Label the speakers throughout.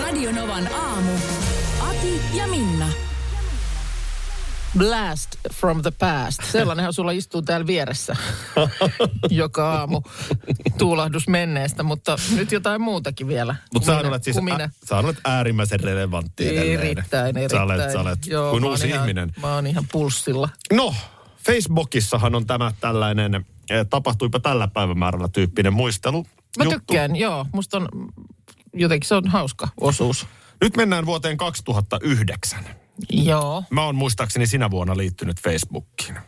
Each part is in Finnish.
Speaker 1: Radionovan aamu. Ati ja Minna.
Speaker 2: Blast from the past. Sellainenhan sulla istuu täällä vieressä joka aamu. Tuulahdus menneestä, mutta nyt jotain muutakin vielä.
Speaker 3: Mutta sä
Speaker 2: Kuminen-
Speaker 3: olet siis
Speaker 2: kuminen.
Speaker 3: ä, sä olet äärimmäisen relevantti edelleen.
Speaker 2: Erittäin, erittäin.
Speaker 3: Sä olet, sä olet
Speaker 2: Joo,
Speaker 3: kuin
Speaker 2: mä oon
Speaker 3: uusi
Speaker 2: ihan,
Speaker 3: ihminen.
Speaker 2: Mä oon ihan pulssilla.
Speaker 3: No, Facebookissahan on tämä tällainen, eh, tapahtuipa tällä päivämäärällä tyyppinen muistelu.
Speaker 2: Mä
Speaker 3: juttu.
Speaker 2: tykkään, joo. Musta on, jotenkin se on hauska osuus.
Speaker 3: Nyt mennään vuoteen 2009.
Speaker 2: Joo,
Speaker 3: Mä oon muistaakseni sinä vuonna liittynyt Facebookiin.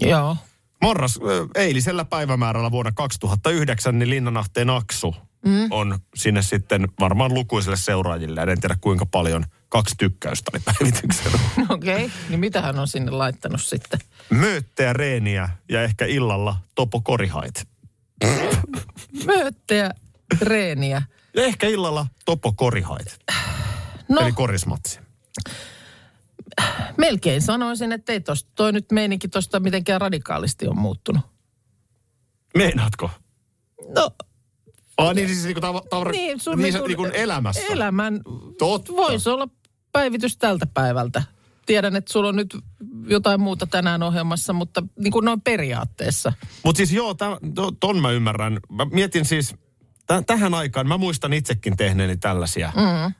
Speaker 2: joo.
Speaker 3: Morras, ö, eilisellä päivämäärällä vuonna 2009, niin Linnanahteen Aksu mm. on sinne sitten varmaan lukuisille seuraajille. En tiedä kuinka paljon. Kaksi tykkäystä oli päivityksellä.
Speaker 2: Okei, okay. niin mitä hän on sinne laittanut sitten?
Speaker 3: Mööttejä, reeniä ja ehkä illalla Topo Korihait.
Speaker 2: Mööttejä, reeniä.
Speaker 3: Ja ehkä illalla Topo Korihait,
Speaker 2: No,
Speaker 3: no. eli korismatsi.
Speaker 2: melkein sanoisin, että ei tosta, toi nyt meininki tosta mitenkään radikaalisti on muuttunut.
Speaker 3: Meinaatko?
Speaker 2: No,
Speaker 3: Ah, niin siis niinku tav- tavra,
Speaker 2: niin,
Speaker 3: niin,
Speaker 2: sun
Speaker 3: niin, niin kuin elämässä.
Speaker 2: Elämän.
Speaker 3: Totta.
Speaker 2: Voisi olla päivitys tältä päivältä. Tiedän, että sulla on nyt jotain muuta tänään ohjelmassa, mutta niin kuin noin periaatteessa.
Speaker 3: Mutta siis joo, tämän, ton mä ymmärrän. Mä mietin siis, täh- tähän aikaan, mä muistan itsekin tehneeni tällaisia. Mm.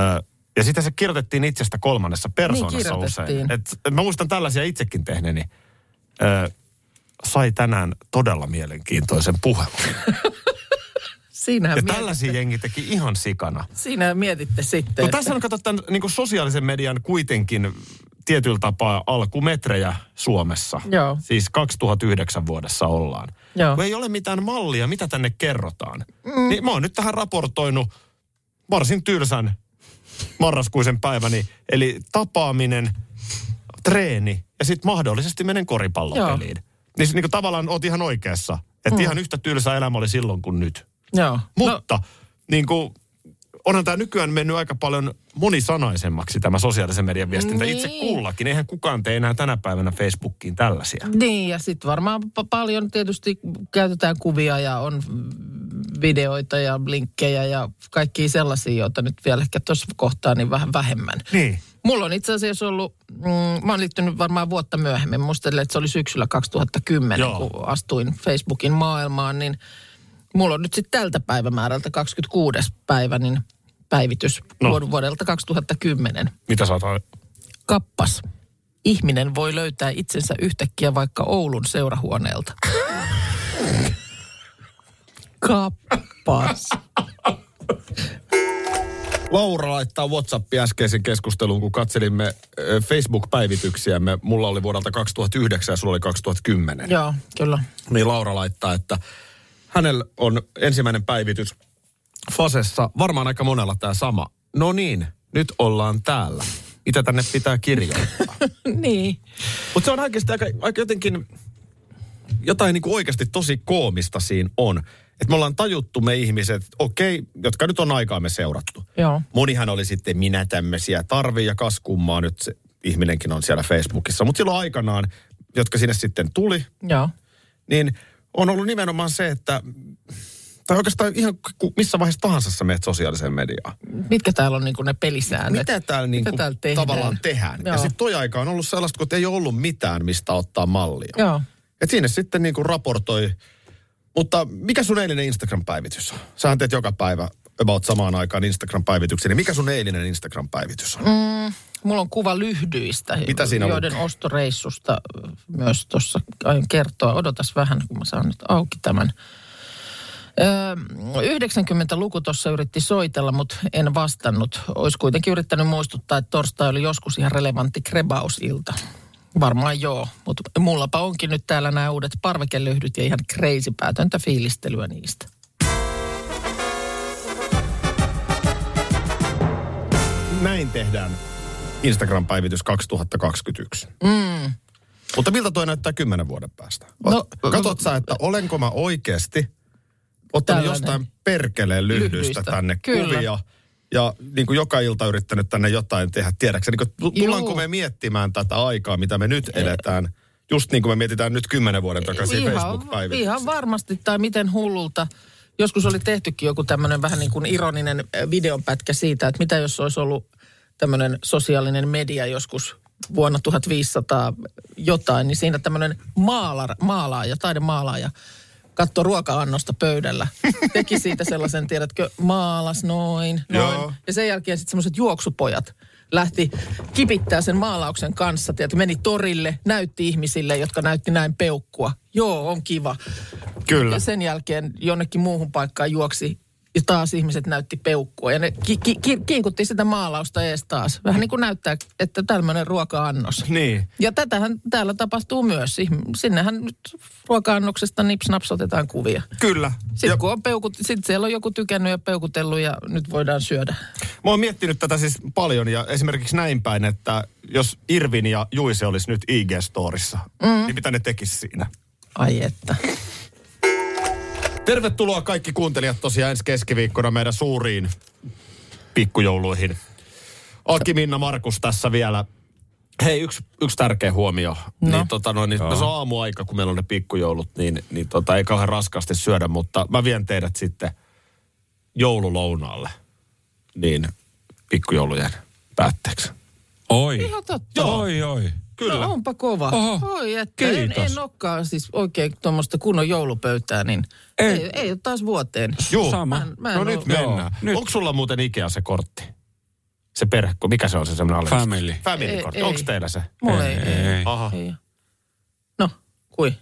Speaker 3: Ö, ja sitä se kirjoitettiin itsestä kolmannessa persoonassa
Speaker 2: kirjoitettiin.
Speaker 3: usein. Et, et mä muistan tällaisia itsekin tehneeni. Ö, sai tänään todella mielenkiintoisen puhelun.
Speaker 2: Siinähän,
Speaker 3: Ja
Speaker 2: miet-
Speaker 3: tällaisia jengi teki ihan sikana.
Speaker 2: siinähän mietitte sitten.
Speaker 3: No tässä on katsottu tämän niin sosiaalisen median kuitenkin tietyllä tapaa alkumetrejä Suomessa.
Speaker 2: Joo.
Speaker 3: Siis 2009 vuodessa ollaan.
Speaker 2: Joo.
Speaker 3: Kun ei ole mitään mallia, mitä tänne kerrotaan. Mm. Niin mä oon nyt tähän raportoinut varsin tylsän marraskuisen päiväni. Eli tapaaminen, treeni ja sitten mahdollisesti menen koripallopeliin. Niin, niin kuin tavallaan oot ihan oikeassa. Että mm. ihan yhtä tylsä elämä oli silloin kuin nyt.
Speaker 2: että- Joo. No,
Speaker 3: Mutta niin kuin, onhan tämä nykyään mennyt aika paljon monisanaisemmaksi tämä sosiaalisen median viestintä
Speaker 2: Niin.
Speaker 3: itse kullakin. Eihän kukaan tee enää tänä päivänä Facebookiin tällaisia.
Speaker 2: niin, ja sitten varmaan pa- paljon tietysti käytetään kuvia ja on videoita ja linkkejä ja kaikkia sellaisia, joita nyt vielä ehkä tuossa kohtaa niin vähän vähemmän.
Speaker 3: Niin.
Speaker 2: Mulla on itse asiassa ollut, mm, mä oon liittynyt varmaan vuotta myöhemmin, muistelen, että se oli syksyllä 2010, Joo.
Speaker 3: Joo.
Speaker 2: kun astuin Facebookin maailmaan, niin mulla on nyt sitten tältä päivämäärältä 26. päivä, niin päivitys
Speaker 3: No.
Speaker 2: no. vuodelta 2010.
Speaker 3: Mitä saat?
Speaker 2: Kappas. Ihminen voi löytää itsensä yhtäkkiä vaikka Oulun seurahuoneelta. Kappas.
Speaker 3: Laura laittaa WhatsAppia äskeisen keskusteluun, kun katselimme ö, Facebook-päivityksiämme. Mulla oli vuodelta 2009 ja sulla oli 2010.
Speaker 2: Joo, kyllä.
Speaker 3: niin Laura laittaa, että hänellä on ensimmäinen päivitys Fasessa. Varmaan aika monella tämä sama. No niin, nyt ollaan täällä. Mitä tänne pitää kirjoittaa?
Speaker 2: niin.
Speaker 3: Mutta se on oikeasti aika, aika jotenkin, jotain niin kuin oikeasti tosi koomista siinä on. Että me ollaan tajuttu me ihmiset, okei, jotka nyt on aikaamme seurattu.
Speaker 2: Joo.
Speaker 3: Monihan oli sitten minä tämmöisiä tarvii ja kaskummaa nyt se ihminenkin on siellä Facebookissa. Mutta silloin aikanaan, jotka sinne sitten tuli,
Speaker 2: Joo.
Speaker 3: niin on ollut nimenomaan se, että tai oikeastaan ihan ku- missä vaiheessa tahansa sä menet sosiaaliseen mediaan.
Speaker 2: Mitkä täällä on niin ne pelisäännöt?
Speaker 3: Mitä täällä, niin
Speaker 2: Mitä täällä tehdään?
Speaker 3: tavallaan tehdään? Joo.
Speaker 2: Joo.
Speaker 3: Ja sitten toi aika on ollut sellaista, kun ei ole ollut mitään, mistä ottaa mallia.
Speaker 2: Joo.
Speaker 3: Et sinne sitten niin kuin raportoi. Mutta mikä sun eilinen Instagram-päivitys on? Sähän teet joka päivä about samaan aikaan Instagram-päivityksen. Niin mikä sun eilinen Instagram-päivitys on? Mm.
Speaker 2: Mulla on kuva lyhdyistä,
Speaker 3: Mitä siinä
Speaker 2: joiden
Speaker 3: lukee?
Speaker 2: ostoreissusta äh, myös tuossa aion kertoa. Odotas vähän, kun mä saan nyt auki tämän. Öö, 90-luku tuossa yritti soitella, mutta en vastannut. Olisi kuitenkin yrittänyt muistuttaa, että torstai oli joskus ihan relevantti krebausilta. Varmaan joo, mutta mullapa onkin nyt täällä nämä uudet parvekelyhdyt ja ihan crazy päätöntä fiilistelyä niistä.
Speaker 3: näin tehdään Instagram-päivitys 2021. Mutta miltä toi näyttää kymmenen vuoden päästä? No,
Speaker 2: Mm. No,
Speaker 3: Katot sä, että olenko mä oikeasti ottanut
Speaker 2: Tällainen.
Speaker 3: jostain perkeleen lyhdystä,
Speaker 2: Lyhdyistä,
Speaker 3: tänne
Speaker 2: kyllä.
Speaker 3: kuvia ja niin kuin joka ilta yrittänyt tänne jotain tehdä, tiedäksä. Niin kuin, tullaanko
Speaker 2: Juu.
Speaker 3: me miettimään tätä aikaa, mitä me nyt eletään, just niin kuin me mietitään nyt kymmenen vuoden takaisin Facebook-päivityksiä.
Speaker 2: ihan varmasti, tai miten hullulta. Joskus oli tehtykin joku tämmöinen vähän niin kuin ironinen äh, videonpätkä siitä, että mitä jos olisi ollut tämmöinen sosiaalinen media joskus vuonna 1500 jotain, niin siinä tämmöinen maalar, maalaaja, taidemaalaaja katto ruoka-annosta pöydällä. Teki siitä sellaisen, tiedätkö, maalas noin, noin.
Speaker 3: Joo.
Speaker 2: Ja sen jälkeen sitten semmoiset juoksupojat lähti kipittää sen maalauksen kanssa. Tiedätkö, meni torille, näytti ihmisille, jotka näytti näin peukkua. Joo, on kiva.
Speaker 3: Kyllä.
Speaker 2: Ja sen jälkeen jonnekin muuhun paikkaan juoksi ja taas ihmiset näytti peukkua. Ja ne ki- ki- ki- kiikutti sitä maalausta ees taas. Vähän niin kuin näyttää, että tämmöinen ruoka-annos.
Speaker 3: Niin.
Speaker 2: Ja tätähän täällä tapahtuu myös. Ihm- Sinnehän nyt ruoka-annoksesta nipsnaps otetaan kuvia.
Speaker 3: Kyllä. Ja
Speaker 2: Sitten kun on peukut, sit siellä on joku tykännyt ja peukutellut ja nyt voidaan syödä.
Speaker 3: mä oon miettinyt tätä siis paljon ja esimerkiksi näin päin, että jos Irvin ja Juise olisi nyt IG-storissa, mm. niin mitä ne tekisi siinä?
Speaker 2: Ai että.
Speaker 3: Tervetuloa kaikki kuuntelijat tosiaan ensi keskiviikkona meidän suuriin pikkujouluihin. Aki, Minna, Markus tässä vielä. Hei, yksi, yksi tärkeä huomio. No. Niin, tota, no, niin, no, se on aamuaika, kun meillä on ne pikkujoulut, niin, niin tota, ei kauhean raskaasti syödä, mutta mä vien teidät sitten joululounaalle. Niin pikkujoulujen päätteeksi.
Speaker 4: Oi.
Speaker 2: Ihan totta.
Speaker 4: Oi, oi.
Speaker 3: Kyllä.
Speaker 2: No onpa kova.
Speaker 4: Oho.
Speaker 2: Oi, että en,
Speaker 4: Kiitos.
Speaker 2: en olekaan siis oikein tuommoista kunnon joulupöytää, niin
Speaker 4: Ei.
Speaker 2: ei, ei ole taas vuoteen.
Speaker 3: Juu.
Speaker 4: Sama.
Speaker 2: Mä en- mä en
Speaker 3: No
Speaker 2: oo-
Speaker 3: nyt
Speaker 4: Joo,
Speaker 3: mennään.
Speaker 4: nyt.
Speaker 3: Onko sulla muuten Ikea se kortti? Se perhekko, mikä se on se semmoinen alle?
Speaker 4: Family.
Speaker 3: Family-kortti,
Speaker 2: Ei, ei.
Speaker 3: onko teillä se?
Speaker 2: Mulla ei, ei, ei.
Speaker 3: Aha.
Speaker 2: ei. No, kui?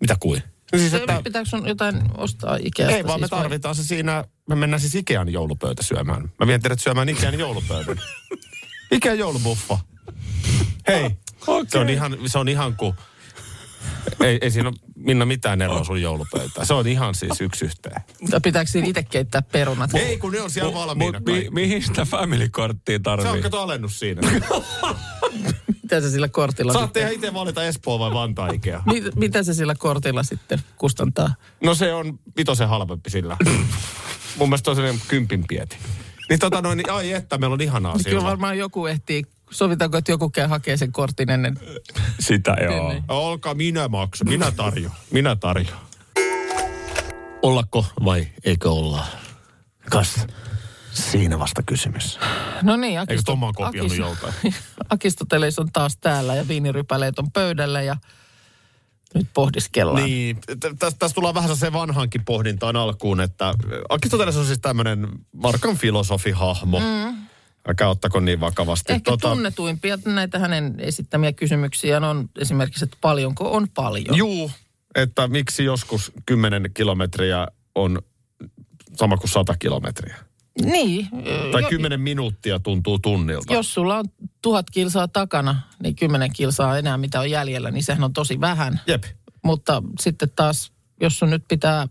Speaker 3: Mitä kuin? No siis,
Speaker 2: Se,
Speaker 3: että,
Speaker 2: Pitääkö sun jotain ostaa Ikeasta?
Speaker 3: ei vaan me
Speaker 2: siis vai?
Speaker 3: tarvitaan se siinä, me mennään siis Ikean joulupöytä syömään. Mä vien teidät syömään Ikean joulupöydän. Ikean joulubuffa. Hei, okay. se on ihan, se on ihan kuin... Ei, ei siinä ole Minna mitään eroa sun joulupöytään. Se on ihan siis yksi yhteen.
Speaker 2: Tai Pitääkö siinä itse keittää perunat?
Speaker 3: Ei, kun ne on siellä valmiina.
Speaker 4: Mut mi,
Speaker 3: kaikki.
Speaker 4: mihin sitä family-korttia
Speaker 3: Se on
Speaker 4: tarvii?
Speaker 3: kato alennus siinä.
Speaker 2: Mitä se sillä kortilla
Speaker 3: Saatte ihan itse valita Espoo vai Vantaa Ikea.
Speaker 2: Mit, mitä se sillä kortilla sitten kustantaa?
Speaker 3: No se on vitosen halvempi sillä. Mun mielestä on sellainen kympin pieti. Niin tota noin, niin ai että, meillä on ihanaa
Speaker 2: Kyllä
Speaker 3: silloin.
Speaker 2: varmaan joku ehtii. Sovitaanko, että joku käy hakee sen kortin ennen?
Speaker 4: Sitä joo.
Speaker 2: Niin.
Speaker 3: Olkaa minä maksa, minä tarjoan, minä tarjoan. Ollako vai eikö olla? Kas, siinä vasta kysymys.
Speaker 2: No niin,
Speaker 3: Eikö
Speaker 2: Akisto,
Speaker 3: Tomma kopioinut joltain?
Speaker 2: Akistotelis on taas täällä ja viinirypäleet on pöydällä ja nyt pohdiskellaan.
Speaker 3: Niin, t- tässä täs tullaan vähän se vanhaankin pohdintaan alkuun, että Aristoteles on siis tämmöinen markan filosofihahmo. Mm. Älkää ottako niin vakavasti.
Speaker 2: Ehkä tota... tunnetuimpia näitä hänen esittämiä kysymyksiä on esimerkiksi, että paljonko on paljon.
Speaker 3: Juu, että miksi joskus 10 kilometriä on sama kuin 100 kilometriä.
Speaker 2: Niin.
Speaker 3: Tai
Speaker 2: jo-
Speaker 3: 10 minuuttia tuntuu tunnilta.
Speaker 2: Jos sulla on tuhat kilsaa takana, niin kymmenen kilsaa enää mitä on jäljellä, niin sehän on tosi vähän.
Speaker 3: Jep.
Speaker 2: Mutta sitten taas, jos sun nyt pitää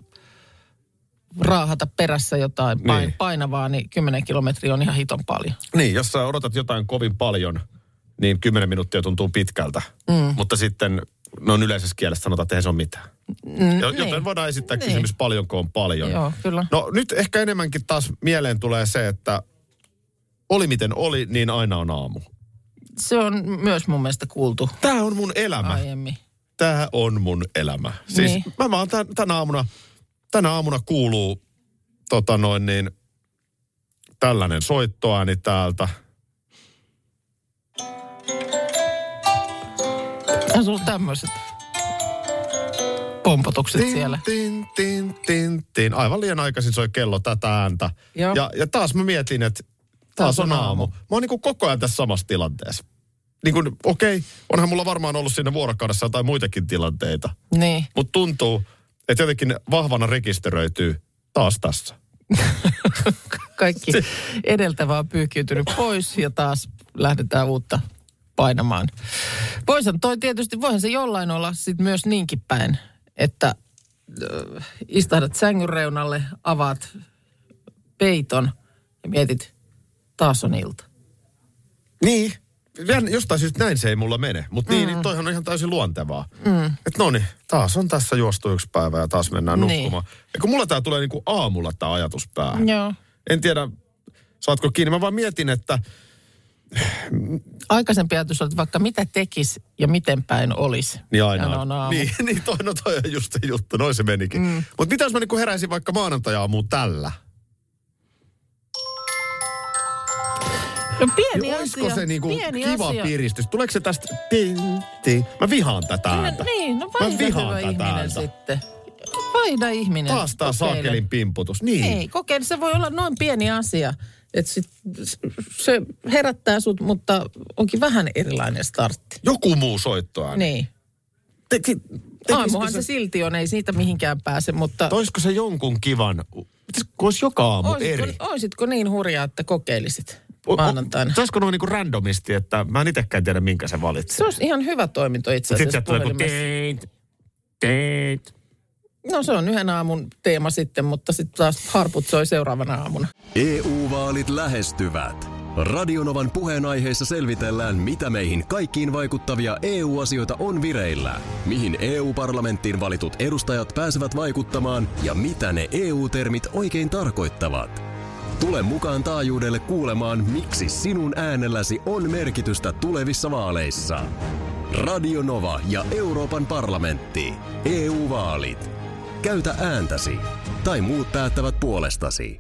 Speaker 2: raahata perässä jotain pain,
Speaker 3: Niin.
Speaker 2: niin. painavaa, niin kymmenen kilometriä on ihan hiton paljon.
Speaker 3: Niin, jos sä odotat jotain kovin paljon, niin 10 minuuttia tuntuu pitkältä. Mm. Mutta sitten noin yleisessä kielessä sanotaan, että ei se ole mitään. Mm, Joten
Speaker 2: niin.
Speaker 3: voidaan esittää
Speaker 2: Niin.
Speaker 3: kysymys, paljonko on paljon.
Speaker 2: Joo, kyllä.
Speaker 3: No nyt ehkä enemmänkin taas mieleen tulee se, että oli miten oli, niin aina on aamu.
Speaker 2: Se on myös mun mielestä kuultu
Speaker 3: Tämä on mun elämä.
Speaker 2: aiemmin.
Speaker 3: tämä on mun elämä. Siis niin.
Speaker 2: Niin.
Speaker 3: mä vaan tän, tänä aamuna, tänä aamuna kuuluu tota noin niin, tällainen soittoääni täältä.
Speaker 2: Ja sulla on tämmöiset pompotukset
Speaker 3: Tin,
Speaker 2: siellä.
Speaker 3: Tin, tin, tin, tin. Aivan liian aikaisin soi kello tätä ääntä.
Speaker 2: Joo.
Speaker 3: Ja, ja taas mä mietin, että taas on aamu. Mä oon niinku koko ajan tässä samassa tilanteessa. Niin kun, okei, onhan mulla varmaan ollut siinä vuorokaudessa jotain muitakin tilanteita.
Speaker 2: Niin.
Speaker 3: Mutta tuntuu, että jotenkin vahvana rekisteröityy taas tässä.
Speaker 2: Kaikki edeltävä on pyyhkiytynyt pois ja taas lähdetään uutta painamaan. Voisin toi tietysti, voihan se jollain olla sit myös niinkin päin, että äh, ö, istahdat sängyn reunalle, avaat peiton ja mietit, taas on ilta.
Speaker 3: Niin. Jän- Jostain syystä näin se ei mulla mene, mutta niin,
Speaker 2: Mm.
Speaker 3: niin toihan on ihan täysin luontevaa. Mm. Että no niin, taas on tässä juostu yksi päivä ja taas mennään
Speaker 2: Niin.
Speaker 3: nukkumaan. Ja kun mulla tää tulee niinku aamulla tää ajatus päähän.
Speaker 2: Joo.
Speaker 3: En tiedä, saatko kiinni. Mä vaan mietin, että
Speaker 2: Aikaisempi ajatus oli, että vaikka mitä tekis ja miten päin olisi.
Speaker 3: Niin
Speaker 2: Ja no, ne
Speaker 3: aina.
Speaker 2: on
Speaker 3: on.
Speaker 2: aamu.
Speaker 3: Niin, niin toi, no toi on just se juttu, noin se menikin. Mm. Mutta mitä jos mä niinku heräisin vaikka maanantajaamuun tällä?
Speaker 2: No pieni
Speaker 3: Niin
Speaker 2: asia.
Speaker 3: olisiko se niinku
Speaker 2: pieni
Speaker 3: kiva
Speaker 2: asia.
Speaker 3: piristys? Tuleeko se tästä? Ting, ting. Mä vihaan tätä ääntä.
Speaker 2: No, niin, no
Speaker 3: Mä
Speaker 2: vaihda
Speaker 3: vihaan
Speaker 2: hyvä
Speaker 3: tätä
Speaker 2: ihminen
Speaker 3: ääntä.
Speaker 2: sitten. Vaihda ihminen.
Speaker 3: Taas tää
Speaker 2: Kokeile.
Speaker 3: saakelin pimputus. Niin.
Speaker 2: Ei, kokeile. Se voi olla noin pieni asia, että sit, se herättää sut, mutta onkin vähän erilainen startti.
Speaker 3: Joku muu soittoääni.
Speaker 2: Niin.
Speaker 3: Te, te, tekisikö
Speaker 2: Aamuhan se
Speaker 3: se,
Speaker 2: silti on, ei siitä mihinkään pääse, mutta
Speaker 3: toisiko se jonkun kivan, mitäs, kun olisi joka aamu
Speaker 2: oisitko,
Speaker 3: eri?
Speaker 2: oisitko niin hurjaa, että kokeilisit
Speaker 3: O- o-
Speaker 2: maanantaina?
Speaker 3: Saisiko noin niinku randomisti, että mä en itekään tiedä minkä se valitsee.
Speaker 2: Se olisi ihan hyvä toiminto itse
Speaker 3: Sitten
Speaker 2: asiassa
Speaker 3: sieltä tulee joku
Speaker 2: puhelimessa.
Speaker 3: teit, teit.
Speaker 2: No se on yhden aamun teema sitten, mutta sitten taas harput soi seuraavana aamuna.
Speaker 5: EU-vaalit E lähestyvät. Radionovan puheenaiheessa selvitellään, mitä meihin kaikkiin vaikuttavia EU-asioita on vireillä, mihin EU-parlamenttiin valitut edustajat pääsevät vaikuttamaan ja mitä ne EU-termit oikein tarkoittavat. Tule mukaan taajuudelle kuulemaan, miksi sinun äänelläsi on merkitystä tulevissa vaaleissa. Radio Nova ja Euroopan parlamentti. EU-vaalit. Käytä ääntäsi. Tai muut päättävät puolestasi.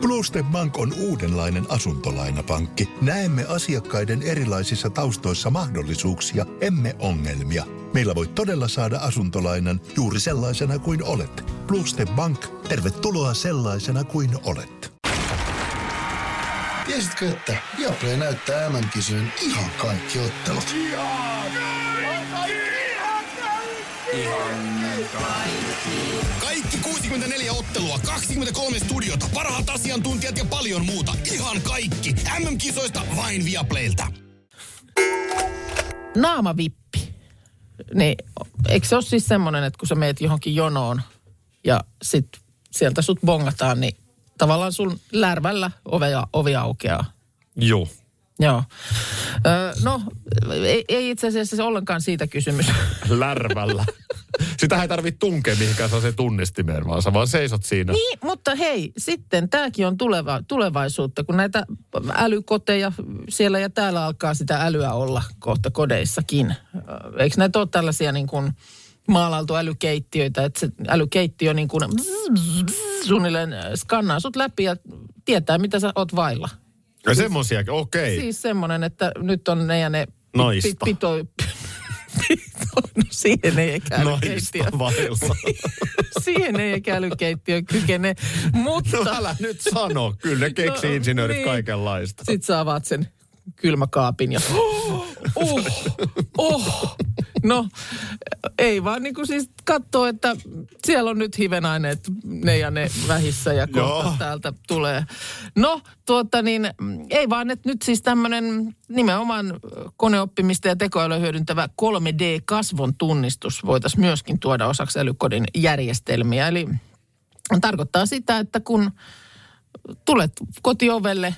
Speaker 6: Bluestep Bank on uudenlainen asuntolainapankki. Näemme asiakkaiden erilaisissa taustoissa mahdollisuuksia, emme ongelmia. Meillä voi todella saada asuntolainan juuri sellaisena kuin olet. Bluestep Bank, tervetuloa sellaisena kuin olet.
Speaker 7: Tiesitkö, että Viaplay näyttää MM-kisojen ihan kaikki ottelut?
Speaker 8: Kaikki 64 ottelua, 23 studiota, parhaat asiantuntijat ja paljon muuta. Ihan kaikki. MM-kisoista vain Viaplaylta.
Speaker 2: naamavippi, niin eikö se ole siis semmoinen, että kun sä meet johonkin jonoon ja sit sieltä sut bongataan, niin tavallaan sun lärvällä ovea, ovi aukeaa.
Speaker 3: Joo.
Speaker 2: Joo. Öö, no, ei, ei itse asiassa se ollenkaan siitä kysymys.
Speaker 3: Lärvällä. Sitä ei tarvitse tunkea mihinkään se tunnistimeen, vaan sä vaan seisot siinä.
Speaker 2: Niin, mutta hei, sitten tämäkin on tuleva, tulevaisuutta, kun näitä älykoteja siellä ja täällä alkaa sitä älyä olla kohta kodeissakin. Ö, Eikö näitä ole tällaisia niin kuin maalailtu älykeittiöitä, että se älykeittiö niin kuin suunnilleen skannaa sut läpi ja tietää, mitä sä oot vailla.
Speaker 3: Ja semmosiakin, okei.
Speaker 2: Siis semmoinen, että nyt on ne ja ne
Speaker 3: Naista.
Speaker 2: pit- pito, pito, no siihen ei ehkä älykeittiö.
Speaker 3: Naista vailla.
Speaker 2: Niin, Siihen ei ehkä älykeittiö kykene, mutta...
Speaker 3: No älä nyt sano, kyllä ne keksi
Speaker 2: No,
Speaker 3: insinöörit
Speaker 2: niin.
Speaker 3: kaikenlaista.
Speaker 2: Sitten sä avaat sen kylmäkaapin ja oh, oh. No, ei vaan niin kuin siis katsoo, että siellä on nyt hivenaineet ne ja ne vähissä ja kohta
Speaker 3: Joo.
Speaker 2: täältä tulee. No, tuota niin, mm, ei vaan, että nyt siis tämmöinen nimenomaan koneoppimista ja tekoälyä hyödyntävä 3D-kasvon tunnistus voitaisiin myöskin tuoda osaksi älykodin järjestelmiä. Eli tarkoittaa sitä, että kun tulet kotiovelle,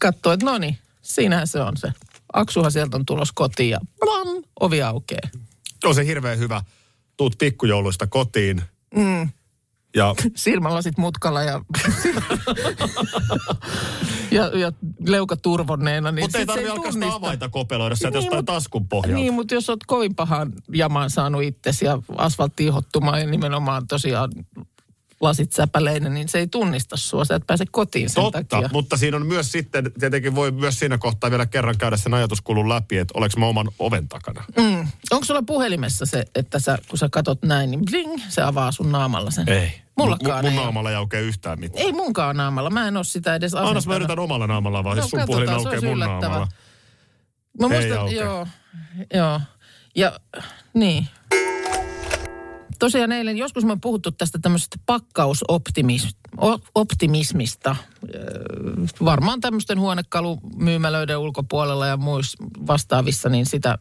Speaker 2: katsoo, että no niin, siinähän se on se. Aksuhan sieltä on tulos kotiin ja plam, ovi aukeaa.
Speaker 3: On se hirveän hyvä. Tuut pikkujouluista kotiin. Mm. Ja
Speaker 2: Silmälasit mutkalla ja, ja, ja leuka turvonneena. Niin
Speaker 3: Mutta ei
Speaker 2: sit se
Speaker 3: tarvi alkaa sitä
Speaker 2: tunnista.
Speaker 3: avaita kopeloida sieltä
Speaker 2: Niin,
Speaker 3: jostain
Speaker 2: mut-
Speaker 3: taskun pohjalta.
Speaker 2: Niin, mutta jos oot kovin pahan jamaan saanut itsesi ja asfaltti ihottumaan ja nimenomaan tosiaan lasit säpäleinen, niin se ei tunnista sua. Sä et pääse kotiin sen
Speaker 3: Totta,
Speaker 2: takia.
Speaker 3: mutta siinä on myös sitten, tietenkin voi myös siinä kohtaa vielä kerran käydä sen ajatuskulun läpi, että oleks mä oman oven takana.
Speaker 2: Mm. Onko sulla puhelimessa se, että sä, kun sä katot näin, niin bling, se avaa sun naamalla sen? Mullakaan ei
Speaker 3: mun, mun
Speaker 2: ole.
Speaker 3: naamalla ei aukea yhtään mitään.
Speaker 2: Ei munkaan naamalla. Mä en ole sitä edes
Speaker 3: Annas mä
Speaker 2: asentanut.
Speaker 3: yritän omalla naamalla vaan,
Speaker 2: No,
Speaker 3: jos sun
Speaker 2: katsotaan,
Speaker 3: puhelin
Speaker 2: se
Speaker 3: aukeaa
Speaker 2: olisi
Speaker 3: mun
Speaker 2: yllättävää.
Speaker 3: naamalla.
Speaker 2: Mä
Speaker 3: Ei
Speaker 2: muistan,
Speaker 3: aukea.
Speaker 2: joo, joo. Ja niin. Tosiaan eilen, joskus me on puhuttu tästä tämmöisestä pakkausoptimismista. Öö, Varmaan tämmöisten huonekalumyymälöiden ulkopuolella ja muissa vastaavissa, niin sitä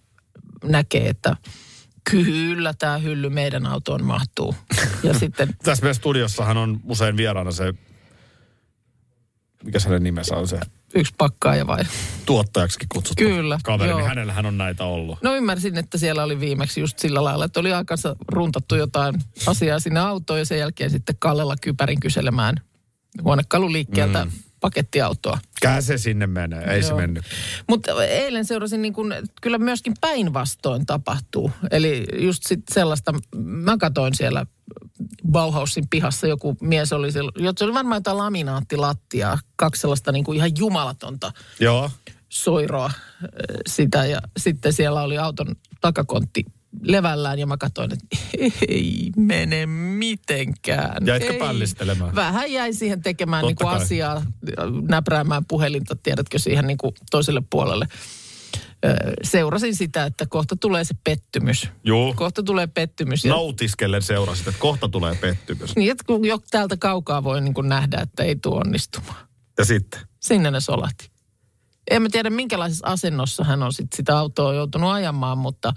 Speaker 2: näkee, että kyllä tämä hylly meidän autoon mahtuu. Ja sitten
Speaker 3: Tässä meidän studiossahan on usein vieraana se mikä hänen nimensä on se
Speaker 2: Yksi pakkaaja vai?
Speaker 3: tuottajaksikin kutsuttu
Speaker 2: Kyllä,
Speaker 3: kaveri,
Speaker 2: joo.
Speaker 3: niin hänellähän on näitä ollut.
Speaker 2: No ymmärsin, että siellä oli viimeksi just sillä lailla, että oli aikansa runtattu jotain asiaa sinne autoon ja sen jälkeen sitten Kallella kypärin kyselemään huonekaluliikkeeltä mm. pakettiautoa.
Speaker 3: Kää se sinne menee, ei se
Speaker 2: Joo.
Speaker 3: mennyt.
Speaker 2: Mutta eilen seurasin, niin kun, että kyllä myöskin päinvastoin tapahtuu. Eli just sit sellaista, mä katsoin siellä Bauhausin pihassa joku mies oli, siellä, se oli varmaan jotain laminaattilattiaa, kaksi sellaista niin kuin ihan jumalatonta
Speaker 3: Joo.
Speaker 2: soiroa ö, sitä ja sitten siellä oli auton takakontti levällään ja mä katsoin, että ei mene mitenkään.
Speaker 3: Jäitkö
Speaker 2: ei.
Speaker 3: pällistelemään?
Speaker 2: Vähän jäi siihen tekemään
Speaker 3: Totta
Speaker 2: niin kuin
Speaker 3: kai.
Speaker 2: asiaa, näpräämään puhelinta, tiedätkö, siihen niin kuin toiselle puolelle. Ö, Seurasin sitä, että kohta tulee se pettymys.
Speaker 3: Juu.
Speaker 2: Kohta tulee pettymys. Ja
Speaker 3: No. Nautiskellen seurasit, että kohta tulee pettymys.
Speaker 2: niin, että kun jo täältä kaukaa voi niin kuin nähdä, että ei tule onnistumaan.
Speaker 3: Ja sitten?
Speaker 2: Sinne ne solahti. En mä tiedä, minkälaisessa asennossa hän on sit sitä autoa joutunut ajamaan, mutta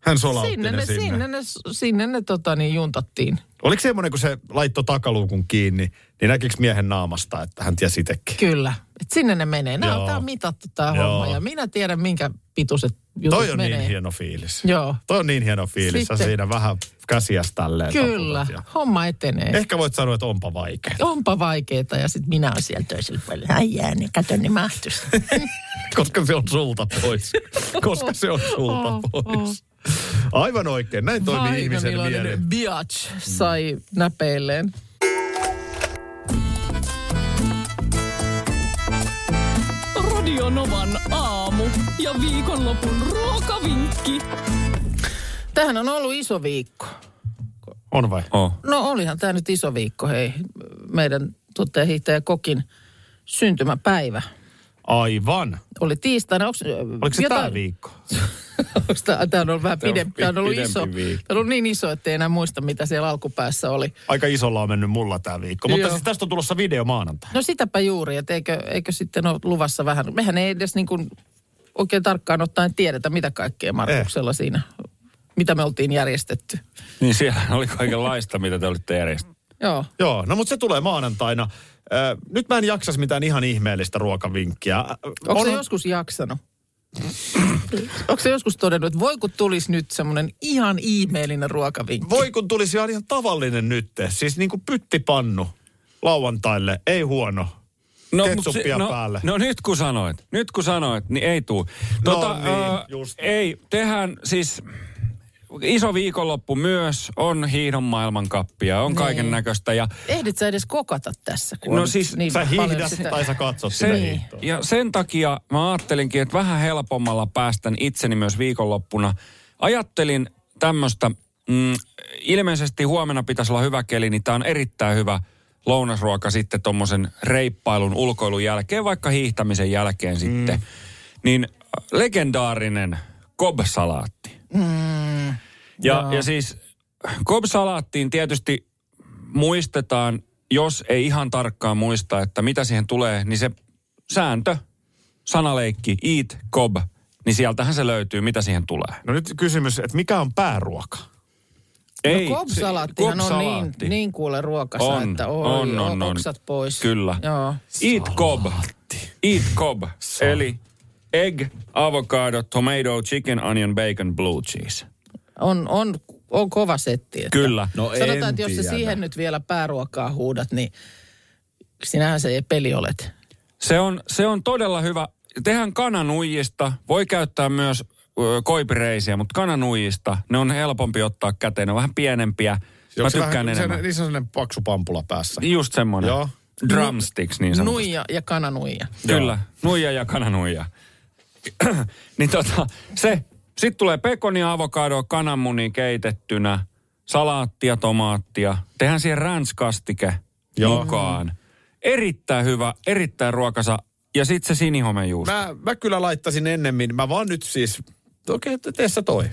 Speaker 3: Hän solautti
Speaker 2: sinne ne, sinne. sinne ne, sinne ne tota, niin, juntattiin.
Speaker 3: Oliko semmoinen, kun se laittoi takaluukun kiinni, niin näkikö miehen naamasta, että hän tiesi itsekin?
Speaker 2: Kyllä. Et sinne ne menee. Nämä
Speaker 3: Joo.
Speaker 2: on, tää on mitattu tämä
Speaker 3: Joo.
Speaker 2: homma ja minä tiedän, minkä pituiset jutut
Speaker 3: Toi on
Speaker 2: menee.
Speaker 3: niin hieno fiilis.
Speaker 2: Joo.
Speaker 3: Toi on niin hieno fiilis. Sä
Speaker 2: Sitten-
Speaker 3: siinä vähän käsiäs tälleen.
Speaker 2: Kyllä,
Speaker 3: taputat ja-
Speaker 2: homma etenee. Eh.
Speaker 3: Ehkä voit sanoa, että onpa vaikea.
Speaker 2: Onpa vaikeeta ja sitten minä olen siellä toisella puolella. Ai jää, niin kato ne mahtus.
Speaker 3: Koska se on sulta pois. Koska se on
Speaker 2: Oh,
Speaker 3: sulta pois. Aivan oikein. Näin toimii ihmisen mieli.
Speaker 2: millainen biatch sai näpeilleen.
Speaker 1: Radio Novan aamu ja viikonlopun ruokavinkki.
Speaker 2: Tähän on ollut iso viikko.
Speaker 3: On vai?
Speaker 4: Oh.
Speaker 2: No olihan tämä nyt iso viikko, hei. Meidän tuottajahiihtäjä Kokin syntymäpäivä
Speaker 3: Aivan.
Speaker 2: oli tiistaina. Onks,
Speaker 3: Oliko se tämä viikko?
Speaker 2: Tämä on ollut vähän
Speaker 4: on
Speaker 2: pidempi,
Speaker 4: pi-
Speaker 2: tämä on ollut
Speaker 4: pidempi
Speaker 2: iso.
Speaker 4: viikko.
Speaker 2: Tämä on ollut niin iso, ettei enää muista, mitä siellä alkupäässä oli.
Speaker 3: Aika isolla on mennyt mulla tämä viikko. Mutta
Speaker 2: Joo.
Speaker 3: siis tästä on tulossa video maanantai.
Speaker 2: No sitäpä juuri, että eikö, eikö sitten ole luvassa vähän. Mehän ei edes niin kuin oikein tarkkaan ottaen tiedetä, mitä kaikkea Markuksella
Speaker 4: Eh.
Speaker 2: siinä, mitä me oltiin järjestetty.
Speaker 4: Niin siellä oli kaikenlaista, mitä te olitte järjestäneet.
Speaker 2: Joo.
Speaker 3: Joo, no mutta se tulee maanantaina. Ö, nyt mä en jaksas mitään ihan ihmeellistä ruokavinkkiä. Ö,
Speaker 2: Onko se
Speaker 3: on-
Speaker 2: joskus jaksanut? Onko se joskus todennut, että voi kun tulisi nyt semmoinen ihan ihmeellinen ruokavinkki?
Speaker 3: Voi kun tulisi ihan ihan tavallinen nyt. Siis niin kuin pyttipannu lauantaille. Ei huono. Ketsuppia
Speaker 4: no,
Speaker 3: päälle.
Speaker 4: No nyt kun sanoit, nyt kun sanoit, niin ei tuu.
Speaker 3: No niin, just.
Speaker 4: Ei, tehän siis... Iso viikonloppu myös, on hiihdon maailmankappia,
Speaker 3: Niin.
Speaker 4: on kaiken näköistä ja
Speaker 2: Ehdit sä edes kokata tässä, kun
Speaker 4: No
Speaker 2: on
Speaker 4: siis
Speaker 2: niin
Speaker 3: Sä
Speaker 2: paljon
Speaker 3: hiihdät
Speaker 2: sitä- No niin.
Speaker 3: tai sä katsot sitä
Speaker 4: sen,
Speaker 3: hiihtoa.
Speaker 4: ja sen takia mä ajattelinkin, että vähän helpommalla päästän itseni myös viikonloppuna. Ajattelin tämmöistä, mm, ilmeisesti huomenna pitäisi olla hyvä keli, niin tämä on erittäin hyvä lounasruoka sitten tuommoisen reippailun ulkoilun jälkeen, vaikka hiihtämisen jälkeen sitten. Niin äh, legendaarinen kobsalaatti. Ja, ja siis kobsalaattiin tietysti muistetaan, jos ei ihan tarkkaan muista, että mitä siihen tulee, niin se sääntö, sanaleikki, eat, cob, niin sieltähän se löytyy, mitä siihen tulee.
Speaker 3: No nyt kysymys, että mikä on pääruoka?
Speaker 4: Ei,
Speaker 2: no kopsalaattihan
Speaker 4: se-
Speaker 2: on niin,
Speaker 4: kobsalaatti.
Speaker 2: niin kuule ruokassa,
Speaker 4: On,
Speaker 2: että oi,
Speaker 4: on, on, on.
Speaker 2: oksat pois.
Speaker 4: Kyllä.
Speaker 2: Joo.
Speaker 4: Eat cob. Eat cob. Eli egg, avocado, tomato, chicken, onion, bacon, blue cheese.
Speaker 2: On, on, on kova setti. Että
Speaker 4: Kyllä.
Speaker 3: No
Speaker 2: Sanotaan, että jos sä siihen nyt vielä pääruokaa huudat, niin sinähän se ei peli olet.
Speaker 4: Se on, se on todella hyvä. Tehän kananuijista. Voi käyttää myös ö, koipireisiä, mutta kananuijista. Ne on helpompi ottaa käteen. Ne on vähän pienempiä. Mä tykkään enemmän.
Speaker 3: niin Se, niissä on sellainen paksu pampula päässä.
Speaker 4: Just semmoinen.
Speaker 3: Joo.
Speaker 4: Drumsticks niin sanotusti.
Speaker 2: Nuija ja kananuija.
Speaker 4: Kyllä. Nuija ja kananuija. niin tota, se. Sitten tulee pekonia, avokadoa, kananmunia keitettynä, salaattia, tomaattia. Tehdään siihen ränskastike
Speaker 3: Joo.
Speaker 4: mukaan. Erittäin hyvä, erittäin ruokasa. Ja sitten se sinihomejuusto.
Speaker 3: Mä, mä kyllä laittaisin ennemmin. Mä vaan nyt siis, okei, okay, tee sä toi.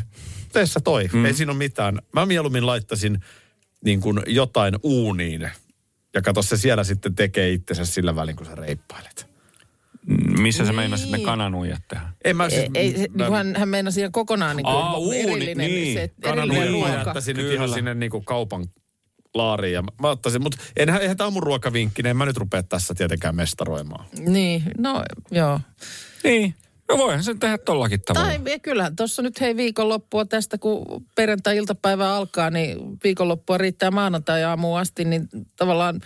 Speaker 3: Tee sä toi. Mm. Ei siinä ole mitään. Mä mieluummin laittaisin niin kuin jotain uuniin. Ja kato, se siellä sitten tekee itsensä sillä välin, kun sä reippailet.
Speaker 4: Missä se meinasit
Speaker 2: Niin.
Speaker 4: ne kananuijat tehdä?
Speaker 3: En mä siis...
Speaker 2: Ei, ei, se- niin kuin hän, hän meinasi ihan kokonaan niin kuin
Speaker 4: Aa, uuni,
Speaker 2: erillinen,
Speaker 4: niin.
Speaker 2: se,
Speaker 4: Kananuija
Speaker 2: erillinen
Speaker 3: Kananuja mä
Speaker 2: ruoka.
Speaker 3: jättäisin nyt
Speaker 4: Kyllä.
Speaker 3: ihan sinne niin kuin kaupan laariin ja mä ottaisin. Mutta enhän, eihän tämä on mun ruokavinkki, niin en mä nyt rupea tässä tietenkään mestaroimaan.
Speaker 2: Niin, no joo.
Speaker 4: Niin. No voihan sen tehdä tollakin tavalla.
Speaker 2: Tai ja kyllähän tuossa nyt hei viikonloppua tästä, kun perjantai-iltapäivä alkaa, niin viikonloppua riittää maanantai-aamuun asti, niin tavallaan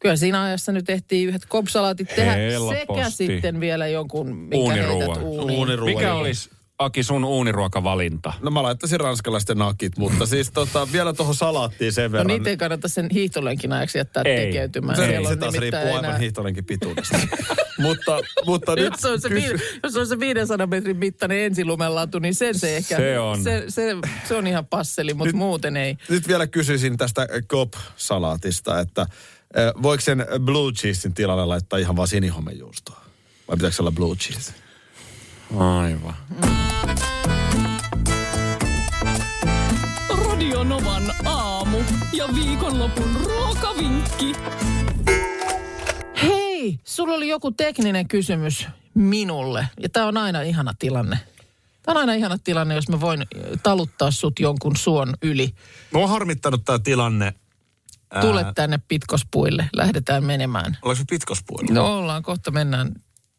Speaker 2: kyllä siinä ajassa nyt ehtiin yhdet kopsalaatit tehdä
Speaker 4: Helposti.
Speaker 2: sekä sitten vielä jonkun, minkä
Speaker 4: Uuniruuan.
Speaker 2: heität uuniin.
Speaker 3: Uuniruoka.
Speaker 4: Mikä olisi, Aki, sun uuniruokavalinta?
Speaker 3: No mä laittaisin ranskalaisten nakit, mutta siis tota, vielä tuohon salaattiin sen
Speaker 2: No
Speaker 3: verran.
Speaker 2: niitä ei kannata sen hiihtolenkin ajaksi jättää
Speaker 4: Ei.
Speaker 2: tekeytymään.
Speaker 3: se,
Speaker 2: Siellä
Speaker 3: se
Speaker 2: on
Speaker 3: taas riippuu
Speaker 2: nimittäin
Speaker 3: aivan
Speaker 2: enää-
Speaker 3: hiihtolenkin pituudesta. mutta, mutta nyt
Speaker 2: Nyt se on se,
Speaker 3: kysy-
Speaker 2: viide, jos on se 500 metrin mittainen ensilumenlatu, niin sen se ehkä...
Speaker 4: Se on.
Speaker 2: Se, se, se on ihan passeli, mutta muuten ei.
Speaker 3: nyt vielä kysyisin tästä Cobb-salaatista, että ö, voiko sen blue cheesein tilalle laittaa ihan vaan sinihomejuustoa? Vai pitääkö se olla blue cheese?
Speaker 4: Aivan.
Speaker 1: Radionovan aamu ja viikonlopun ruokavinkki.
Speaker 2: Hei, sulla oli joku tekninen kysymys minulle. Ja tämä on aina ihana tilanne. Tämä on aina ihana tilanne, jos mä voin ö, taluttaa sut jonkun suon yli.
Speaker 3: Mua on harmittanut tämä tilanne.
Speaker 2: Tule tänne pitkospuille, lähdetään menemään.
Speaker 3: Oliko se pitkospuolella?
Speaker 2: No ollaan, kohta mennään.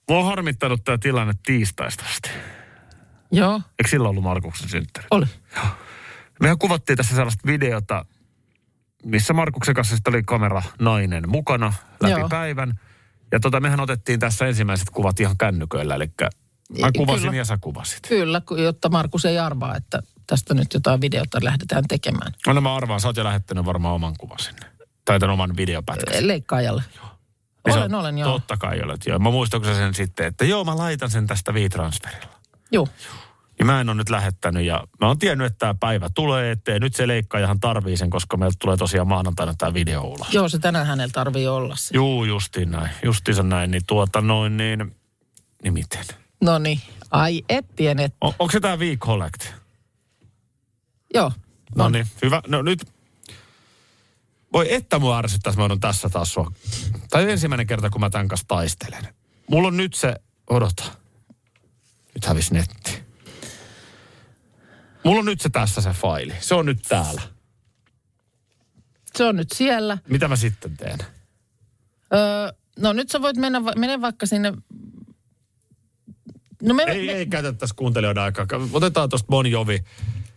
Speaker 3: Mua on harmittanut tämä tilanne tiistaista asti.
Speaker 2: Joo,
Speaker 3: Eikö silloin ollut Markuksen synttäri?
Speaker 2: oli.
Speaker 3: Mehän kuvattiin tässä sellaista videota, missä Markuksen kanssa sitten oli kamera nainen mukana läpi
Speaker 2: Joo.
Speaker 3: Joo. päivän. Ja tota, mehän otettiin tässä ensimmäiset kuvat ihan kännyköillä, eli mä
Speaker 2: Ei,
Speaker 3: kuvasin
Speaker 2: kyllä.
Speaker 3: ja sä kuvasit.
Speaker 2: Kyllä, ku- jotta Markus ei arvaa, että tästä nyt jotain videota lähdetään tekemään.
Speaker 3: No, no mä arvaan, sä oot jo lähettänyt varmaan oman kuvan sinne. Tai tämän oman videopätkän.
Speaker 2: Ö, Leikkaajalle.
Speaker 3: Niin sä
Speaker 2: Olen,
Speaker 3: oot-
Speaker 2: olen, joo.
Speaker 3: Totta kai olet, joo. Mä muistan, kun sä sen sitten, että joo, mä laitan sen tästä V-transferilla.
Speaker 2: Joo.
Speaker 3: Ja mä en ole nyt lähettänyt ja mä oon tiennyt, että tämä päivä tulee eteen. Nyt se leikkaajahan tarvii sen, koska meiltä tulee tosiaan maanantaina tämä video ulos.
Speaker 2: Joo, se tänään hänellä tarvii olla se.
Speaker 3: Juu, justiin näin. Justiinsa näin, niin tuota noin, niin, niin miten?
Speaker 2: No niin, ai et tiennyt.
Speaker 3: On, onko se tämä V-Collect?
Speaker 2: Joo,
Speaker 3: No niin, hyvä. No nyt, voi että mua ärsyttäisi, mä joudun tässä taas sua. Tai ensimmäinen kerta, kun mä tämän kanssa taistelen. Mulla on nyt se, odota. Nyt hävis netti. Mulla on nyt se tässä se faili. Se on nyt täällä.
Speaker 2: se on nyt siellä.
Speaker 3: Mitä mä sitten teen?
Speaker 2: Öö, no nyt sä voit mennä, va- mene vaikka sinne... No me,
Speaker 3: Ei,
Speaker 2: me,
Speaker 3: ei käytä tässä kuuntelijoiden aikaa. Otetaan tuosta Bon Jovi.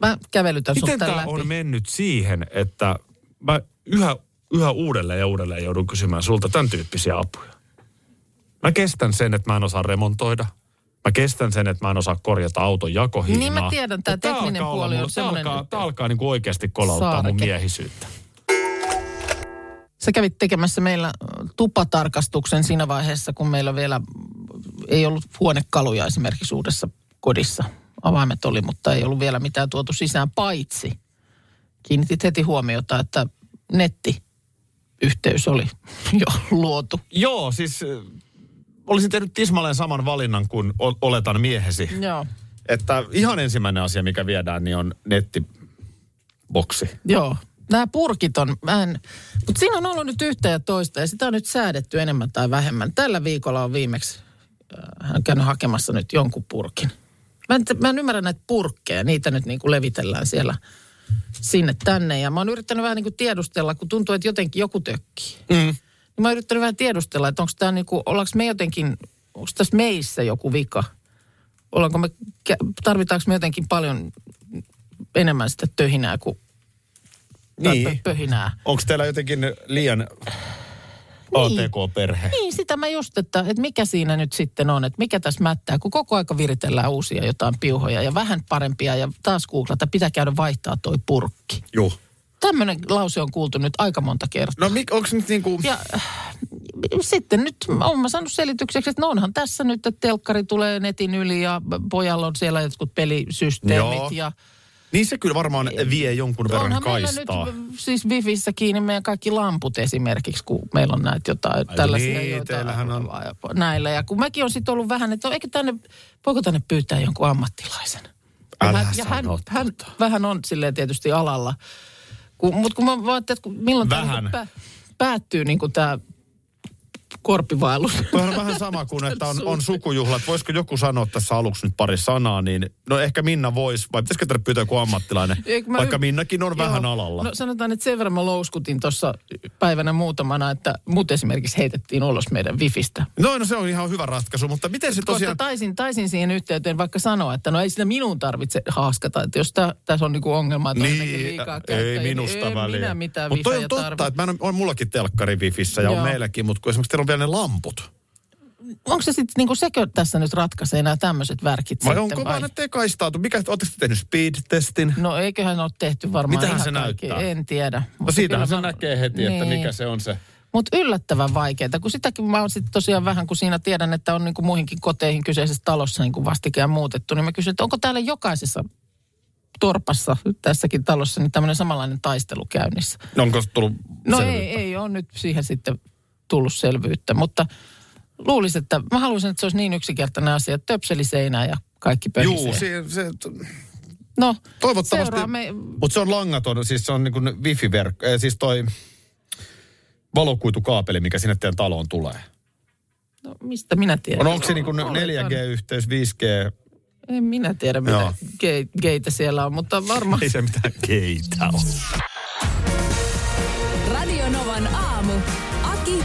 Speaker 2: mä kävelytän sut
Speaker 3: Miten
Speaker 2: tän
Speaker 3: tämä
Speaker 2: läpi.
Speaker 3: on mennyt siihen, että mä yhä, yhä uudelleen ja uudelleen joudun kysymään sulta tämän tyyppisiä apuja? Mä kestän sen, että mä en osaa remontoida. Mä kestän sen, että mä en osaa korjata auton jakohinnaa.
Speaker 2: Niin mä tiedän, tää
Speaker 3: Ja tää
Speaker 2: tekninen
Speaker 3: alkaa olla
Speaker 2: puoli on
Speaker 3: mulla- tää
Speaker 2: semmonen-
Speaker 3: alkaa, tää alkaa niinku oikeasti kolauttaa mun
Speaker 2: Saareke.
Speaker 3: miehisyyttä.
Speaker 2: Sä kävit tekemässä meillä ö, tupatarkastuksen siinä vaiheessa, kun meillä vielä mm, ei ollut huonekaluja esimerkiksi uudessa kodissa. Avaimet oli, mutta ei ollut vielä mitään tuotu sisään, paitsi kiinnitit heti huomiota, että nettiyhteys oli jo luotu.
Speaker 3: Joo, siis äh, olisin tehnyt tismalleen saman valinnan kuin o- oletan miehesi.
Speaker 2: Joo.
Speaker 3: Että ihan ensimmäinen asia, mikä viedään, niin on nettiboksi.
Speaker 2: Joo. Nämä purkit on vähän, mutta siinä on ollut nyt yhtä ja toista ja sitä on nyt säädetty enemmän tai vähemmän. Tällä viikolla on viimeksi, äh, hän on käynyt hakemassa nyt jonkun purkin. Mä en, mä en ymmärrä näitä purkkeja, niitä nyt niin kuin levitellään siellä sinne tänne. Ja mä oon yrittänyt vähän niin kuin tiedustella, kun tuntuu, että jotenkin joku tökkii. Mm. Niin mä oon yrittänyt vähän tiedustella, että onko tämä niin kuin, ollaanko me jotenkin, onko tässä meissä joku vika? Ollaanko me, kä- tarvitaanko me jotenkin paljon enemmän sitä töhinää kuin niin. pö- pöhinää.
Speaker 3: Onko teillä jotenkin liian ATK-perhe?
Speaker 2: Niin, sitä mä just, että, että mikä siinä nyt sitten on, että mikä tässä mättää, kun koko aika viritellään uusia jotain piuhoja ja vähän parempia ja taas googlata, pitää käydä vaihtaa toi purkki.
Speaker 3: Joo.
Speaker 2: Tämmöinen lause on kuultu nyt aika monta kertaa.
Speaker 3: No mik, onks nyt niinku...
Speaker 2: Ja äh, sitten nyt olen mä saanut selitykseksi, että no onhan tässä nyt, että telkkari tulee netin yli ja pojalla on siellä jotkut pelisysteemit
Speaker 3: Joo.
Speaker 2: ja
Speaker 3: Niin se kyllä varmaan vie jonkun verran
Speaker 2: onhan
Speaker 3: kaistaa.
Speaker 2: meillä nyt siis wifissä kiinni meidän kaikki lamput esimerkiksi, kun meillä on näitä jotain
Speaker 3: Ai
Speaker 2: tällaisia.
Speaker 3: niin,
Speaker 2: joita-
Speaker 3: teillähän on.
Speaker 2: Näillä. Ja kun mäkin on sitten ollut vähän, että no, eikö tänne, voiko tänne pyytää jonkun ammattilaisen? Ja
Speaker 3: Älä tota.
Speaker 2: hän, ja hän,
Speaker 3: sano
Speaker 2: hän vähän on silleen tietysti alalla. niinku Kun, mutta kun mä vaan ajattelin, että kun milloin
Speaker 3: Vähän.
Speaker 2: tämä pä, päättyy niin tämä niinku korpivaellus.
Speaker 3: Tuo on vähän sama kuin, että on, on sukujuhlat. Voisiko joku sanoa tässä aluksi nyt pari sanaa, niin no ehkä Minna voisi, vai pitäisikö tätä pyytää joku ammattilainen,
Speaker 2: Eikö mä
Speaker 3: vaikka
Speaker 2: y-
Speaker 3: Minnakin on
Speaker 2: Joo.
Speaker 3: vähän alalla.
Speaker 2: No sanotaan, että sen verran mä louskutin tuossa päivänä muutamana, että mut esimerkiksi heitettiin ulos meidän wifistä.
Speaker 3: No, no se on ihan hyvä ratkaisu, mutta miten se
Speaker 2: Koska
Speaker 3: tosiaan...
Speaker 2: taisin, taisin siihen yhteyteen vaikka sanoa, että no ei sitä minun tarvitse haaskata, että jos tä, tässä on niinku ongelma, että on jotenkin liikaa
Speaker 3: Niin, ei
Speaker 2: käyttäjiä, niin
Speaker 3: minusta
Speaker 2: en
Speaker 3: väliä.
Speaker 2: minä mitään
Speaker 3: Mutta toi
Speaker 2: wifejä
Speaker 3: on totta,
Speaker 2: tarvi.
Speaker 3: että mä en, on mullakin telkkari wifissä ja Joo. on
Speaker 2: Joo.
Speaker 3: meilläkin, mutta kun esimerkiksi teillä on vielä ne lamput.
Speaker 2: Onko se sitten niinku sekö tässä nyt ratkaisee nämä tämmöiset värkit
Speaker 3: Vai
Speaker 2: sitten,
Speaker 3: onko vaan ne tekaistautu? Mikä, ootteko te tehnyt speed-testin?
Speaker 2: No eiköhän ole tehty varmaan
Speaker 3: Mitähän
Speaker 2: ihan
Speaker 3: se
Speaker 2: kaikki.
Speaker 3: näyttää?
Speaker 2: En tiedä.
Speaker 3: No
Speaker 2: Mutta
Speaker 3: siitähän
Speaker 2: kyllä
Speaker 3: se
Speaker 2: var-
Speaker 3: näkee heti, että
Speaker 2: Niin.
Speaker 3: mikä se on se.
Speaker 2: Mutta yllättävän vaikeaa, kun sitäkin mä oon sitten tosiaan vähän, kun siinä tiedän, että on niinku muihinkin koteihin kyseisessä talossa niinku vastikään muutettu, niin mä kysyn, että onko täällä jokaisessa torpassa tässäkin talossa niin tämmöinen samanlainen taistelu käynnissä.
Speaker 3: No onko se tullut
Speaker 2: No
Speaker 3: selvyyttä?
Speaker 2: ei, ei ole nyt siihen sitten tullut selvyyttä, mutta luulisin, että mä haluaisin, että se olisi niin yksinkertainen asia, että töpseli seinää ja kaikki pöhisee.
Speaker 3: Juu, se, se,
Speaker 2: no,
Speaker 3: toivottavasti.
Speaker 2: seuraa me,
Speaker 3: Mutta se on langaton, siis se on niin kuin wifi-verkko, eh, siis toi valokuitukaapeli, mikä sinne teidän taloon tulee.
Speaker 2: no, mistä minä tiedän?
Speaker 3: On, onko se niin kuin
Speaker 2: Oletan.
Speaker 3: 4G-yhteys, 5G?
Speaker 2: En minä tiedä,
Speaker 3: Joo.
Speaker 2: mitä ge- geitä siellä on, mutta varmaan
Speaker 3: Ei se mitään keitä ole.
Speaker 9: Radio Novan aamu. Aki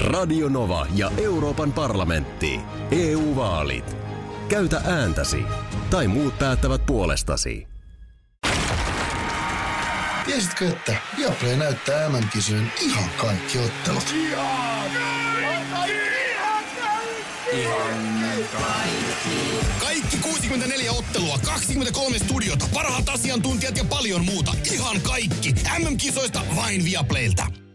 Speaker 5: Radio Nova ja Euroopan parlamentti. EU-vaalit. Käytä ääntäsi. Tai muut päättävät puolestasi.
Speaker 7: Tiesitkö, että Viaplay näyttää MM-kisojen ihan kaikki ottelut?
Speaker 8: Kaikki 64 ottelua, 23 studiota, parhaat asiantuntijat ja paljon muuta. Ihan kaikki. MM-kisoista vain Viaplaylta.